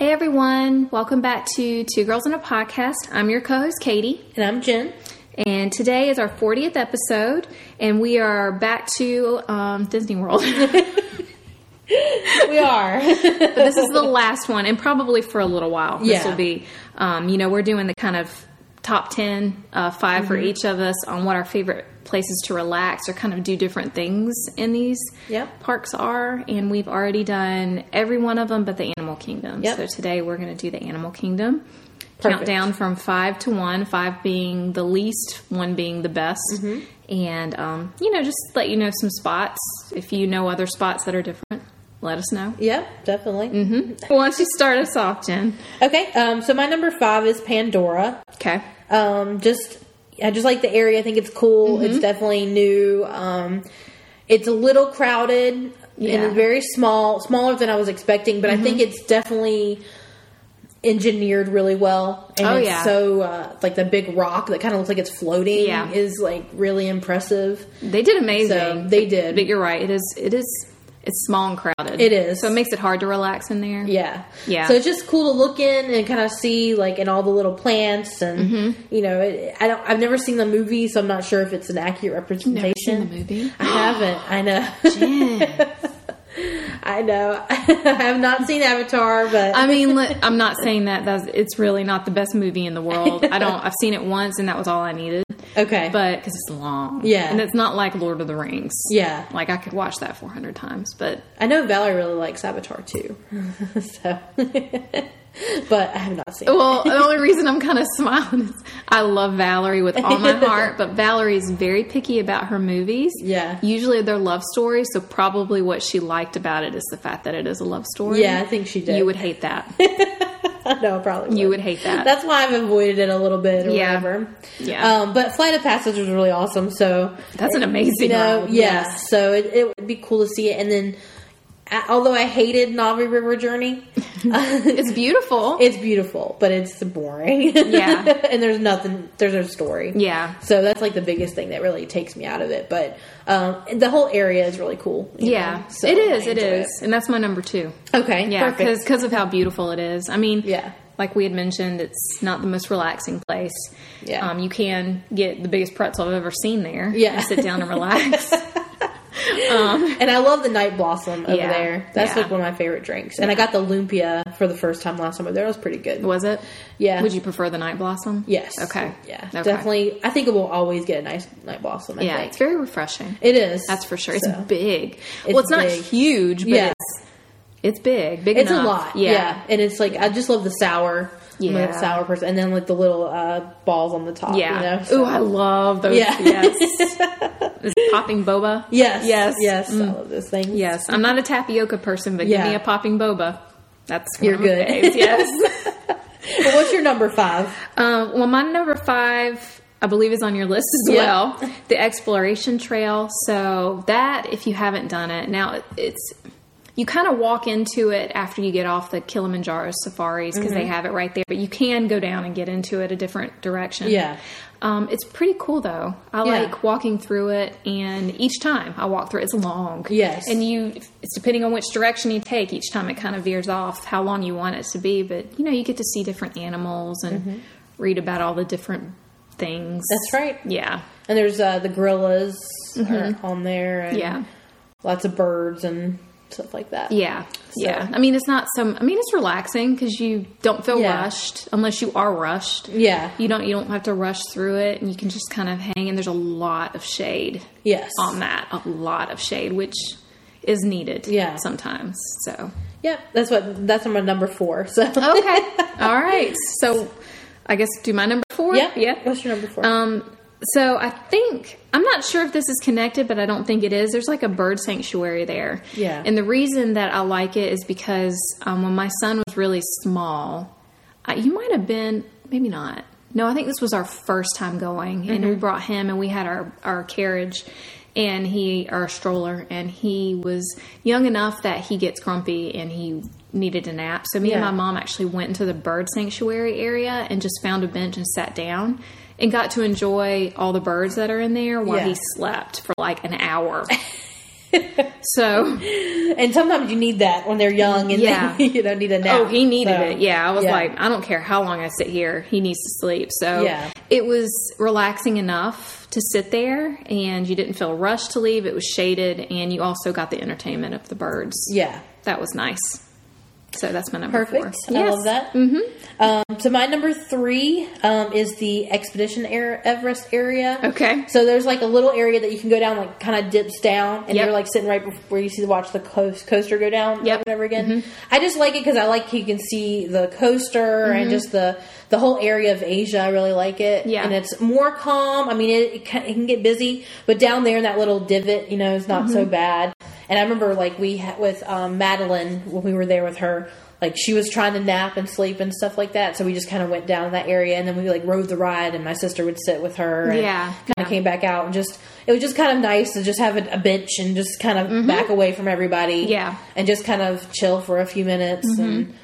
everyone. Welcome back to Two Girls in a Podcast. I'm your co host, Katie. And I'm Jen. And today is our 40th episode, and we are back to um, Disney World. We are. but this is the last one, and probably for a little while. This Yeah. will be, um, you know, we're doing the kind of top 10, uh, 5 for Mm-hmm. each of us on what our favorite places to relax or kind of do different things in these Yep. parks are. And we've already done every one of them but the Animal Kingdom. Yep. So today we're going to do the Animal Kingdom. Perfect. Countdown from five to one, five being the least, one being the best. Mm-hmm. And, um, you know, just let you know some spots. If you know other spots that are different, let us know. yep, definitely. Mm-hmm. Why don't you start us off, Jen? Okay, um, so my number five is Pandora. Okay. Um, just I just like the area. I think it's Mm-hmm. cool. It's definitely new. Um, it's a little crowded Yeah. Mm-hmm. and very small, smaller than I was expecting, but I think it's definitely engineered really well. And Oh, it's yeah. so uh, like the big rock that kind of looks like it's floating Yeah. is like really impressive. They did amazing. So they did. But you're right. It is it is it's small and crowded. It is. So it makes it hard to relax in there. Yeah. Yeah. So it's just cool to look in and kind of see like in all the little plants and Mm-hmm. you know it, I don't I've never seen the movie so I'm not sure if it's an accurate representation. Never seen the movie. I haven't. I know. Yeah. I know. I have not seen Avatar, but I mean, look, I'm not saying that that's, it's really not the best movie in the world. I don't. I've seen it once, and that was all I needed. okay. But because it's long, Yeah. and it's not like Lord of the Rings. Yeah. like I could watch that 400 times. But I know Valerie really likes Avatar too. so but I have not seen it. Well, the only reason I'm kind of smiling is I love Valerie with all my heart, but Valerie's very picky about her movies. Yeah. Usually they're love stories, so probably what she liked about it is the fact that it is a love story. Yeah, I think she did. You would hate that. no, I probably You would. would hate that. That's why I've avoided it a little bit or Yeah. whatever. Yeah. Um, but Flight of Passage was really awesome. So That's an amazing No, role, yeah. So it, it would be cool to see it. And then, I, although I hated Navi River Journey, It's beautiful. it's beautiful, but it's boring. Yeah. and there's nothing. There's no story. Yeah. So that's like the biggest thing that really takes me out of it. But um, the whole area is really cool. you yeah. know, so it I is, it enjoy is. And that's my number two. Okay. Yeah, perfect. because of how beautiful it is. I mean, Yeah. like we had mentioned, it's not the most relaxing place. Yeah. um, you can get the biggest pretzel I've ever seen there. Yeah. and sit down and relax. um, And I love the night blossom over Yeah. there. That's Yeah. like one of my favorite drinks. And I got the lumpia for the first time last summer. There That was pretty good. was it? Yeah. Would you prefer the night blossom? Yes. Okay. Yeah. Okay. Definitely. I think it will always get a nice night blossom. I Yeah, think. it's very refreshing. It is. That's for sure. It's So, big. well, It's it's not big. huge, but Yeah. it's it's big. Big. It's a enough. lot. Yeah. And it's like I just love the sour. Yeah. I'm Yeah. a sour person. And then like the little uh, balls on the top. Yeah. You know? Ooh, I love those. Yeah. Yes. Is it popping boba. yes. Yes. Mm. Yes. I love those things. Yes. I'm not a tapioca person, but Yeah. give me a popping boba. That's one You're of my good. faves, yes. But what's your number five? um, well, my number five, I believe, is on your list as Yeah. well. The exploration trail. So that, if you haven't done it, now it's you kind of walk into it after you get off the Kilimanjaro safaris because Mm-hmm. they have it right there. But you can go down and get into it a different direction. Yeah. Um, it's pretty cool though. I Yeah. like walking through it, and each time I walk through, it, it's long. Yes. and you it's depending on which direction you take each time it kind of veers off how long you want it to be but you know you get to see different animals and read about all the different things Mm-hmm. That's right. yeah And there's uh, the gorillas are on there. And Mm-hmm. Yeah. Lots of birds and stuff like that. yeah yeah i mean it's not some i mean it's relaxing because you don't feel Yeah. Mm-hmm. rushed unless you are rushed Yeah. you don't you don't have to rush through it and you can just kind of hang and there's a lot of shade Yes. on that a lot of shade which is needed Yeah. sometimes so Yep. That's what. That's my number four. So. Okay. All right. So I guess do my number four? Yep. Yeah. What's your number four? Um, so I think I'm not sure if this is connected, but I don't think it is. There's like a bird sanctuary there. Yeah. And the reason that I like it is because um, when my son was really small, I, you might have been maybe not. No, I think this was our first time going, and Mm-hmm. we brought him, and we had our our carriage, and he our stroller, and he was young enough that he gets grumpy and he needed a nap. So me and Yeah. my mom mom actually went into the bird sanctuary area and just found a bench and sat down and got to enjoy all the birds that are in there while Yeah. he slept for like an hour. So, and sometimes you need that when they're young and Yeah. you don't need a nap. oh, he needed So, it. Yeah, I was yeah. like, I don't care how long I sit here, he needs to sleep. So, Yeah. it was relaxing enough to sit there, and you didn't feel rushed to leave. It was shaded, and you also got the entertainment of the birds. Yeah. That was nice. So that's my number four. Perfect. I love that. Mm-hmm. Um, so my number three um, is the Expedition Air- Everest area. Okay. So there's like a little area that you can go down, like kind of dips down, and Yep. you're like sitting right before you see the watch the coast coaster go down Yep. over and over again. Mm-hmm. I just like it because I like you can see the coaster and just the the whole area of Asia. I really like it. Yeah. And it's more calm. I mean, it, it, can, it can get busy, but down there in that little divot, you know, it's not Mm-hmm. so bad. And I remember like we had with um, Madeline when we were there with her. Like she was trying to nap and sleep and stuff like that, so we just kind of went down that area, and then we like rode the ride, and my sister would sit with her, and Yeah. kind of came back out and just it was just kind of nice to just have a, a bench and just kind of back away from everybody, Mm-hmm. Yeah. and just kind of chill for a few minutes and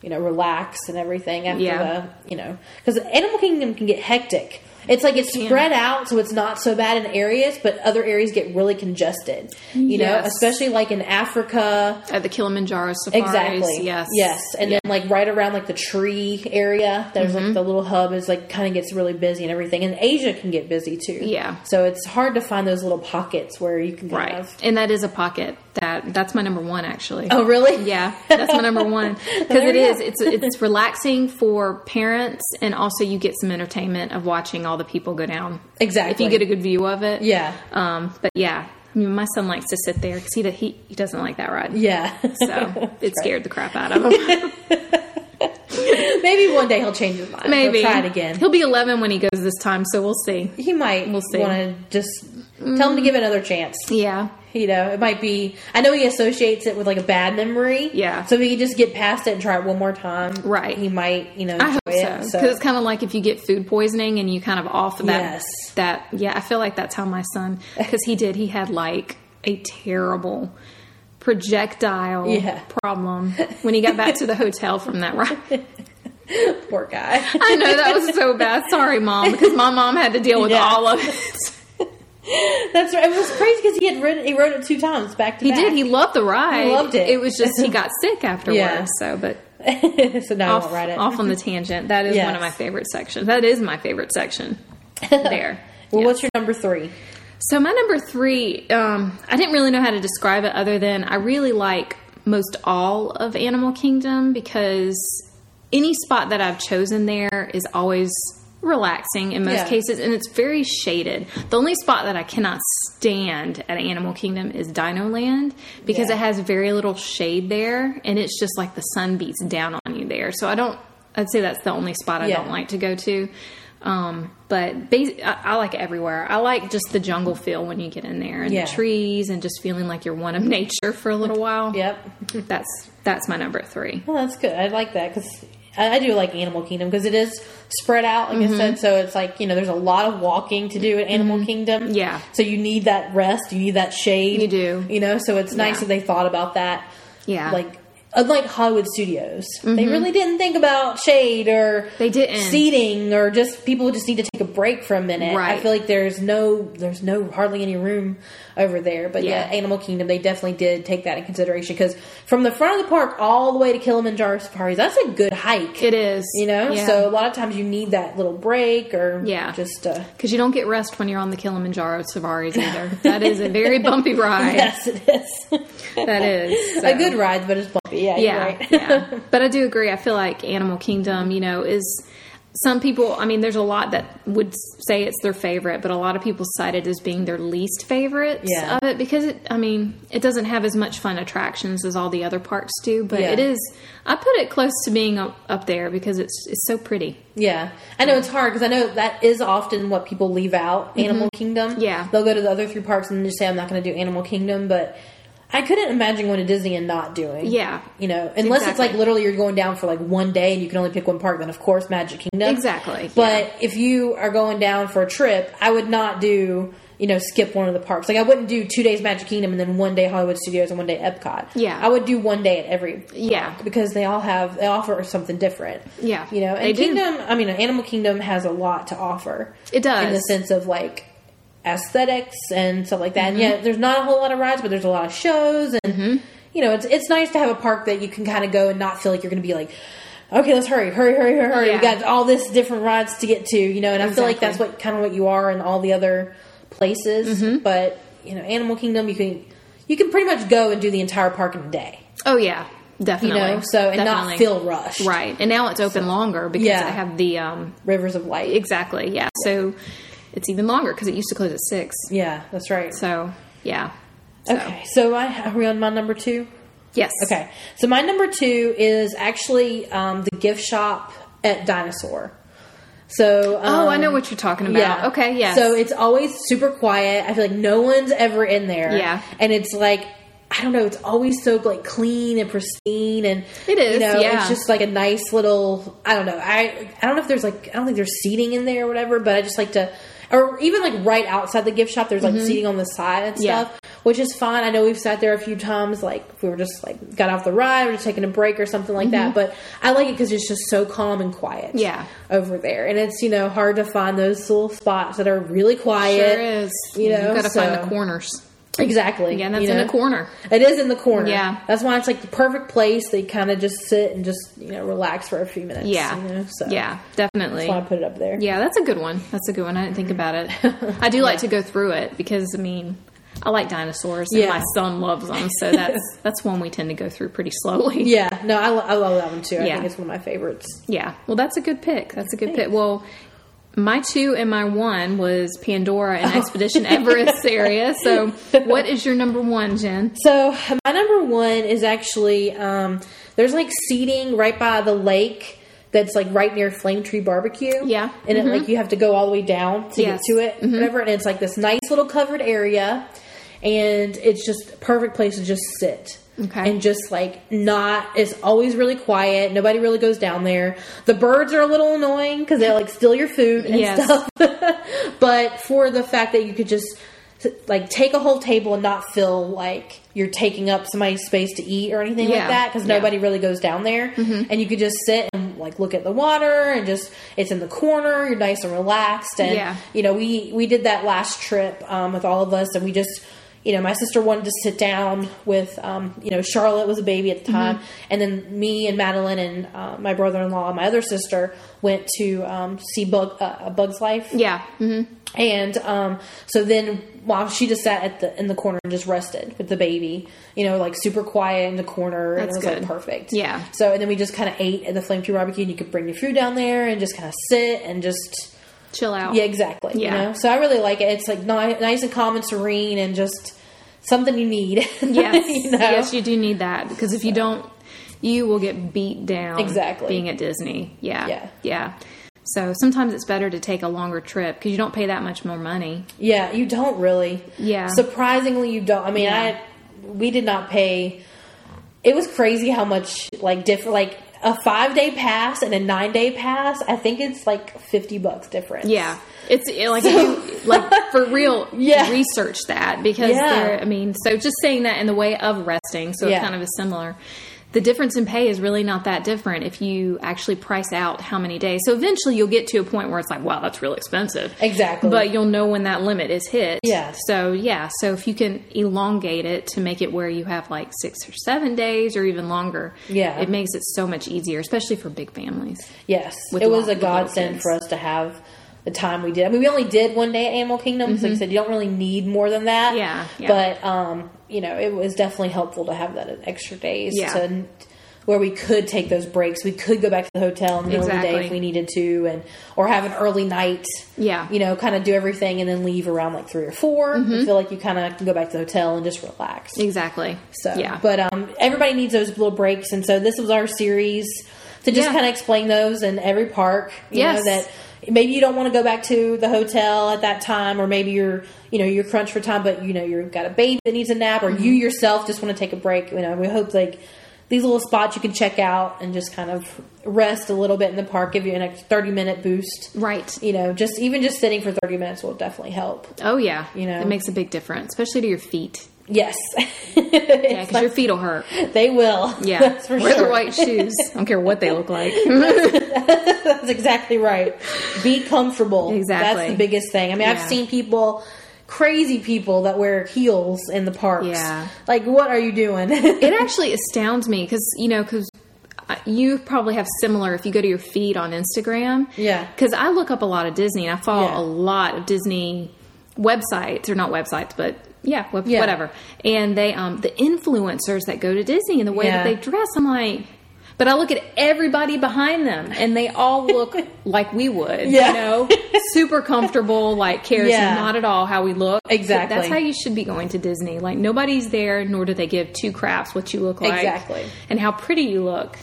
you know relax and everything after Mm-hmm. Yeah. the you know because Animal Kingdom can get hectic. It's like it's spread out, so it's not so bad in areas, but other areas get really congested. You know, Yes. especially like in Africa, At the Kilimanjaro safaris. Exactly. Yes. Yes. And then like right around like the tree area, there's Mm-hmm. like the little hub is like kind of gets really busy and everything. And Asia can get busy too. Yeah. So it's hard to find those little pockets where you can kind Right. of. And that is a pocket. That that's my number one actually. Oh really? Yeah, that's my number one because There it you is. go. It's it's relaxing for parents, and also you get some entertainment of watching all the people go down. Exactly. If you get a good view of it. Yeah. Um. But yeah, I mean, my son likes to sit there because he, he he doesn't like that ride. Yeah. So it scared the crap out of him. Maybe one day he'll change his mind. He'll Maybe try it again. He'll be 11 when he goes this time, so we'll see. He might We'll see. want to just tell him to give it another chance. Yeah. You know, it might be. I know he associates it with like a bad memory. Yeah. So if he could just get past it and try it one more time. Right. He might, you know, enjoy I hope so it. because it's kind of like if you get food poisoning and you kind of off that Yes. that yeah I feel like that's how my son because he did he had like a terrible projectile Yeah. problem when he got back to the hotel from that ride. Poor guy. I know that was so bad. Sorry, mom, because my mom had to deal with Yeah. all of it. That's right. It was crazy because he had written, he wrote it two times back to He back. did. He loved the ride. loved it. It was just he got sick afterwards. Yeah. So, but did. so now I off, won't write it. off on the tangent. That is one Yes. of my favorite sections. That is my favorite section. There. Well, Yes. what's your number three? So my number three, um, I didn't really know how to describe it other than I really like most all of Animal Kingdom because any spot that I've chosen there is always relaxing in most Yeah. cases and it's very shaded. The only spot that I cannot stand at Animal Kingdom is Dino Land because Yeah. it has very little shade there and it's just like the sun beats down on you there. So I don't I'd say that's the only spot I Yeah. don't like to go to. Um, but bas- I, I like it everywhere. I like just the jungle feel when you get in there and Yeah. the trees and just feeling like you're one of nature for a little while. Yep. That's that's my number three. Well, Oh, that's good. I like that because I, I do like Animal Kingdom because it is spread out, like Mm-hmm. I said. So it's like you know, there's a lot of walking to do at Animal Kingdom. Yeah. So you need that rest. You need that shade. You do. You know. So it's nice Yeah. that they thought about that. Yeah. Mm-hmm. Like. Unlike Hollywood studios, they really didn't think about shade or They didn't. seating or just people just need to take a break for a minute. I Right. feel like there's no there's no hardly any room over there. But yeah, Yeah. Animal Kingdom, they definitely did take that in consideration because from the front of the park all the way to Kilimanjaro Safaris, that's a good hike. It is. you know, Yeah. so a lot of times you need that little break or Yeah. just uh, Because you don't get rest when you're on the Kilimanjaro Safaris either. that is a very bumpy ride. yes, it is That is a so. good ride, but it's bumpy. Yeah, you're yeah, right. yeah. But I do agree. I feel like Animal Kingdom, you know, is some people. I mean, there's a lot that would s- say it's their favorite, but a lot of people cite it as being their least favorite Yeah. of it because it. I mean, it doesn't have as much fun attractions as all the other parks do, but Yeah. it is. I put it close to being up, up there because it's it's so pretty. Yeah, I know it's hard because I know that is often what people leave out. Animal Kingdom. Mm-hmm. Yeah. they'll go to the other three parks and just say, "I'm not going to do Animal Kingdom," but I couldn't imagine going to Disney and not doing. Yeah. you know, unless it's like Exactly. literally you're going down for like one day and you can only pick one park. Then of course Magic Kingdom. Exactly, But if you are going down for a trip, I would not do. You know, skip one of the parks. Like I wouldn't do two days Magic Kingdom and then one day Hollywood Studios and one day Epcot. Yeah. I would do one day at every Yeah, because they all have they offer something different. Yeah, you know, they and do. Kingdom. I mean, Animal Kingdom has a lot to offer it does. in the sense of like aesthetics and stuff like that. And Mm-hmm. yeah, there's not a whole lot of rides, but there's a lot of shows, and you know, it's it's nice to have a park that you can kind of go and not feel like you're going to be like, okay, let's hurry, hurry, hurry, hurry, hurry. Yeah. You got all this different rides to get to, you know. And I feel like that's Exactly. Mm-hmm. what kind of what you are in all the other places. But you know, Animal Kingdom, you can you can pretty much go and do the entire park in a day, Oh yeah, you definitely. know. So and Definitely. not feel rushed. right. And now it's open longer because Yeah. I have the um Rivers of Light. exactly yeah. So it's even longer because it used to close at six. Yeah, that's right. So yeah. So, Okay, so I, are we on my number two? Yes. Okay, so my number two is actually um, the gift shop at Dinosaur. So um, Oh, I know what you're talking about. Okay. Yeah. So it's always super quiet. I feel like no one's ever in there. Yeah. and it's like I don't know. It's always so like clean and pristine, and It is, You know, yeah. it's just like a nice little. I don't know. I I don't know if there's like I don't think there's seating in there or whatever, but I just like to. Or even like right outside the gift shop, there's like seating on the side and Mm-hmm. Yeah. stuff, which is fine. I know we've sat there a few times, like we were just like got off the ride, we're just taking a break or something like that. But I like it because it's just so calm and quiet Mm-hmm. Yeah. over there. And it's, you know, hard to find those little spots that are really quiet. Sure is. You know, have got to find so- the corners. Exactly. Yeah, and that's you in know? a corner. It is in the corner. Yeah. That's why it's like the perfect place that you kind of just sit and just, you know, relax for a few minutes. Yeah. You know, so yeah. that's Definitely. why I put it up there. Yeah, that's a good one. That's a good one. I didn't think about it. Mm-hmm. I do like to go through it because I mean, I like dinosaurs and Yeah. my son loves them, so that's that's one we tend to go through pretty slowly. Yeah. No, I, lo- I love that one too. I Yeah. think it's one of my favorites. Yeah. Well, that's a good pick. That's a good pick. Well, my two and my one was Pandora Oh. and Expedition Everest area. So, what is your number one, Jen? So my number one is actually, um, there's like seating right by the lake. That's like right near Flame Tree Barbecue. Yeah. Mm-hmm. and it like you have to go all the way down to Yes. Mm-hmm. get to it, whatever. And it's like this nice little covered area, and it's just a perfect place to just sit. Okay. And just like not, it's always really quiet. Nobody really goes down there. The birds are a little annoying because they like steal your food and Yes. stuff. but for the fact that you could just like take a whole table and not feel like you're taking up somebody's space to eat or anything Yeah. like that because Yeah. Mm-hmm. nobody really goes down there and you could just sit and like look at the water and just it's in the corner you're nice and relaxed and Yeah. you know we we did that last trip um, with all of us and we just you know my sister wanted to sit down with um, you know charlotte was a baby at the Mm-hmm. time and then me and madeline and uh, my brother-in-law and my other sister went to um, see bug uh, bugs life Yeah. hmm and um, so then, while she just sat at the in the corner and just rested with the baby, you know, like super quiet in the corner, and it That's was good. like perfect. Yeah. So and then we just kind of ate at the Flame Tree Barbecue, and you could bring your food down there and just kind of sit and just Chill out. yeah, exactly. Yeah. You know? So I really like it. It's like ni- nice and calm and serene, and just something you need. Yes. you know? Yes, you do need that because if you don't, you will get beat down. Exactly. Being at Disney. Yeah. Yeah. Yeah. So sometimes it's better to take a longer trip because you don't pay that much more money. Yeah, you don't really. Yeah. Surprisingly, you don't. I mean, Yeah. I we did not pay. It was crazy how much like different like a five day pass and a nine day pass. I think it's like fifty bucks difference. Yeah. It's it- like if you, like for real. Yeah. Research that because Yeah. there. I mean, so just saying that in the way of resting, so Yeah. it kind of is similar. The difference in pay is really not that different if you actually price out how many days. So eventually you'll get to a point where it's like, wow, that's real expensive. Exactly. But you'll know when that limit is hit. Yeah. So yeah, so if you can elongate it to make it where you have like six or seven days or even longer, Yeah. it makes it so much easier, especially for big families. Yes, With it lo- was a with little godsend kids. for us to have the time we did. I mean, we only did one day at Animal Kingdom, so like I said, you don't really need more than that. Mm-hmm. Yeah, yeah. But um, you know, it was definitely helpful to have that extra days Yeah. to where we could take those breaks. We could go back to the hotel in the middle of the Exactly. day if we needed to, and or have an early night. Yeah. Mm-hmm. you know, kind of do everything and then leave around like three or 4 I feel like you kind of can go back to the hotel and just relax. Exactly. So, yeah. but um, everybody needs those little breaks, and so this was our series to just Yeah. kind of explain those in every park. You Yes. know, that maybe you don't want to go back to the hotel at that time, or maybe you're you know you're crunched for time, but you know you've got a baby that needs a nap, or Mm-hmm. you yourself just want to take a break. You know, we hope like these little spots you can check out and just kind of rest a little bit in the park, give you an extra thirty minute boost. right. You know, just even just sitting for thirty minutes will definitely help. Oh yeah. You know. it makes a big difference, especially to your feet. Yes, Yeah, because your feet will hurt. they will. Yeah. that's for Wear sure. the white shoes. I don't care what they look like. That's exactly right. Be comfortable. Exactly. That's the biggest thing. I mean, Yeah. I've seen people crazy people that wear heels in the parks. Yeah. Like, what are you doing? It actually astounds me because you know because you probably have similar if you go to your feed on Instagram. Yeah. Because I look up a lot of Disney and I follow Yeah. a lot of Disney websites or not websites, but yeah, web- Yeah. whatever. And they um the influencers that go to Disney and the way Yeah. that they dress, I'm like. But I look at everybody behind them, and they all look like we would, Yeah. you know, super comfortable, like cares Yeah. not at all how we look. Exactly. that's how you should be going to Disney. Like nobody's there, nor do they give two craps what you look like, Exactly. and how pretty you look.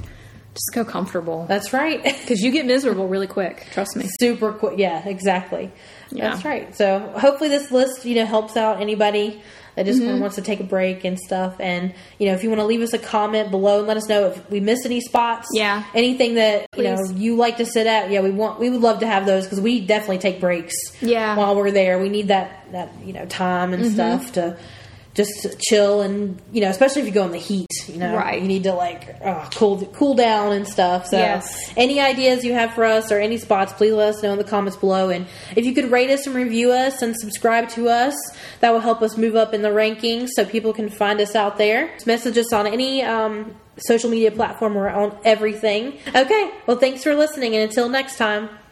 Just go comfortable That's right. because you get miserable really quick. Trust me. super quick. Yeah, exactly. Yeah. That's right. So hopefully this list, you know, helps out anybody that just Mm-hmm. kinda wants to take a break and stuff. And you know, if you want to leave us a comment below and let us know if we missed any spots. Yeah. Anything that you know Please. you like to sit at. Yeah, we want we would love to have those because we definitely take breaks. Yeah. Mm-hmm. While we're there, we need that that you know time and stuff to. Just to chill and you know, especially if you go in the heat, you know, Right. You need to like uh, cool cool down and stuff. So Yes. any ideas you have for us or any spots, please let us know in the comments below. And if you could rate us and review us and subscribe to us, that will help us move up in the rankings so people can find us out there. Just message us on any um, social media platform. We're on everything. Okay, well, thanks for listening, and until next time.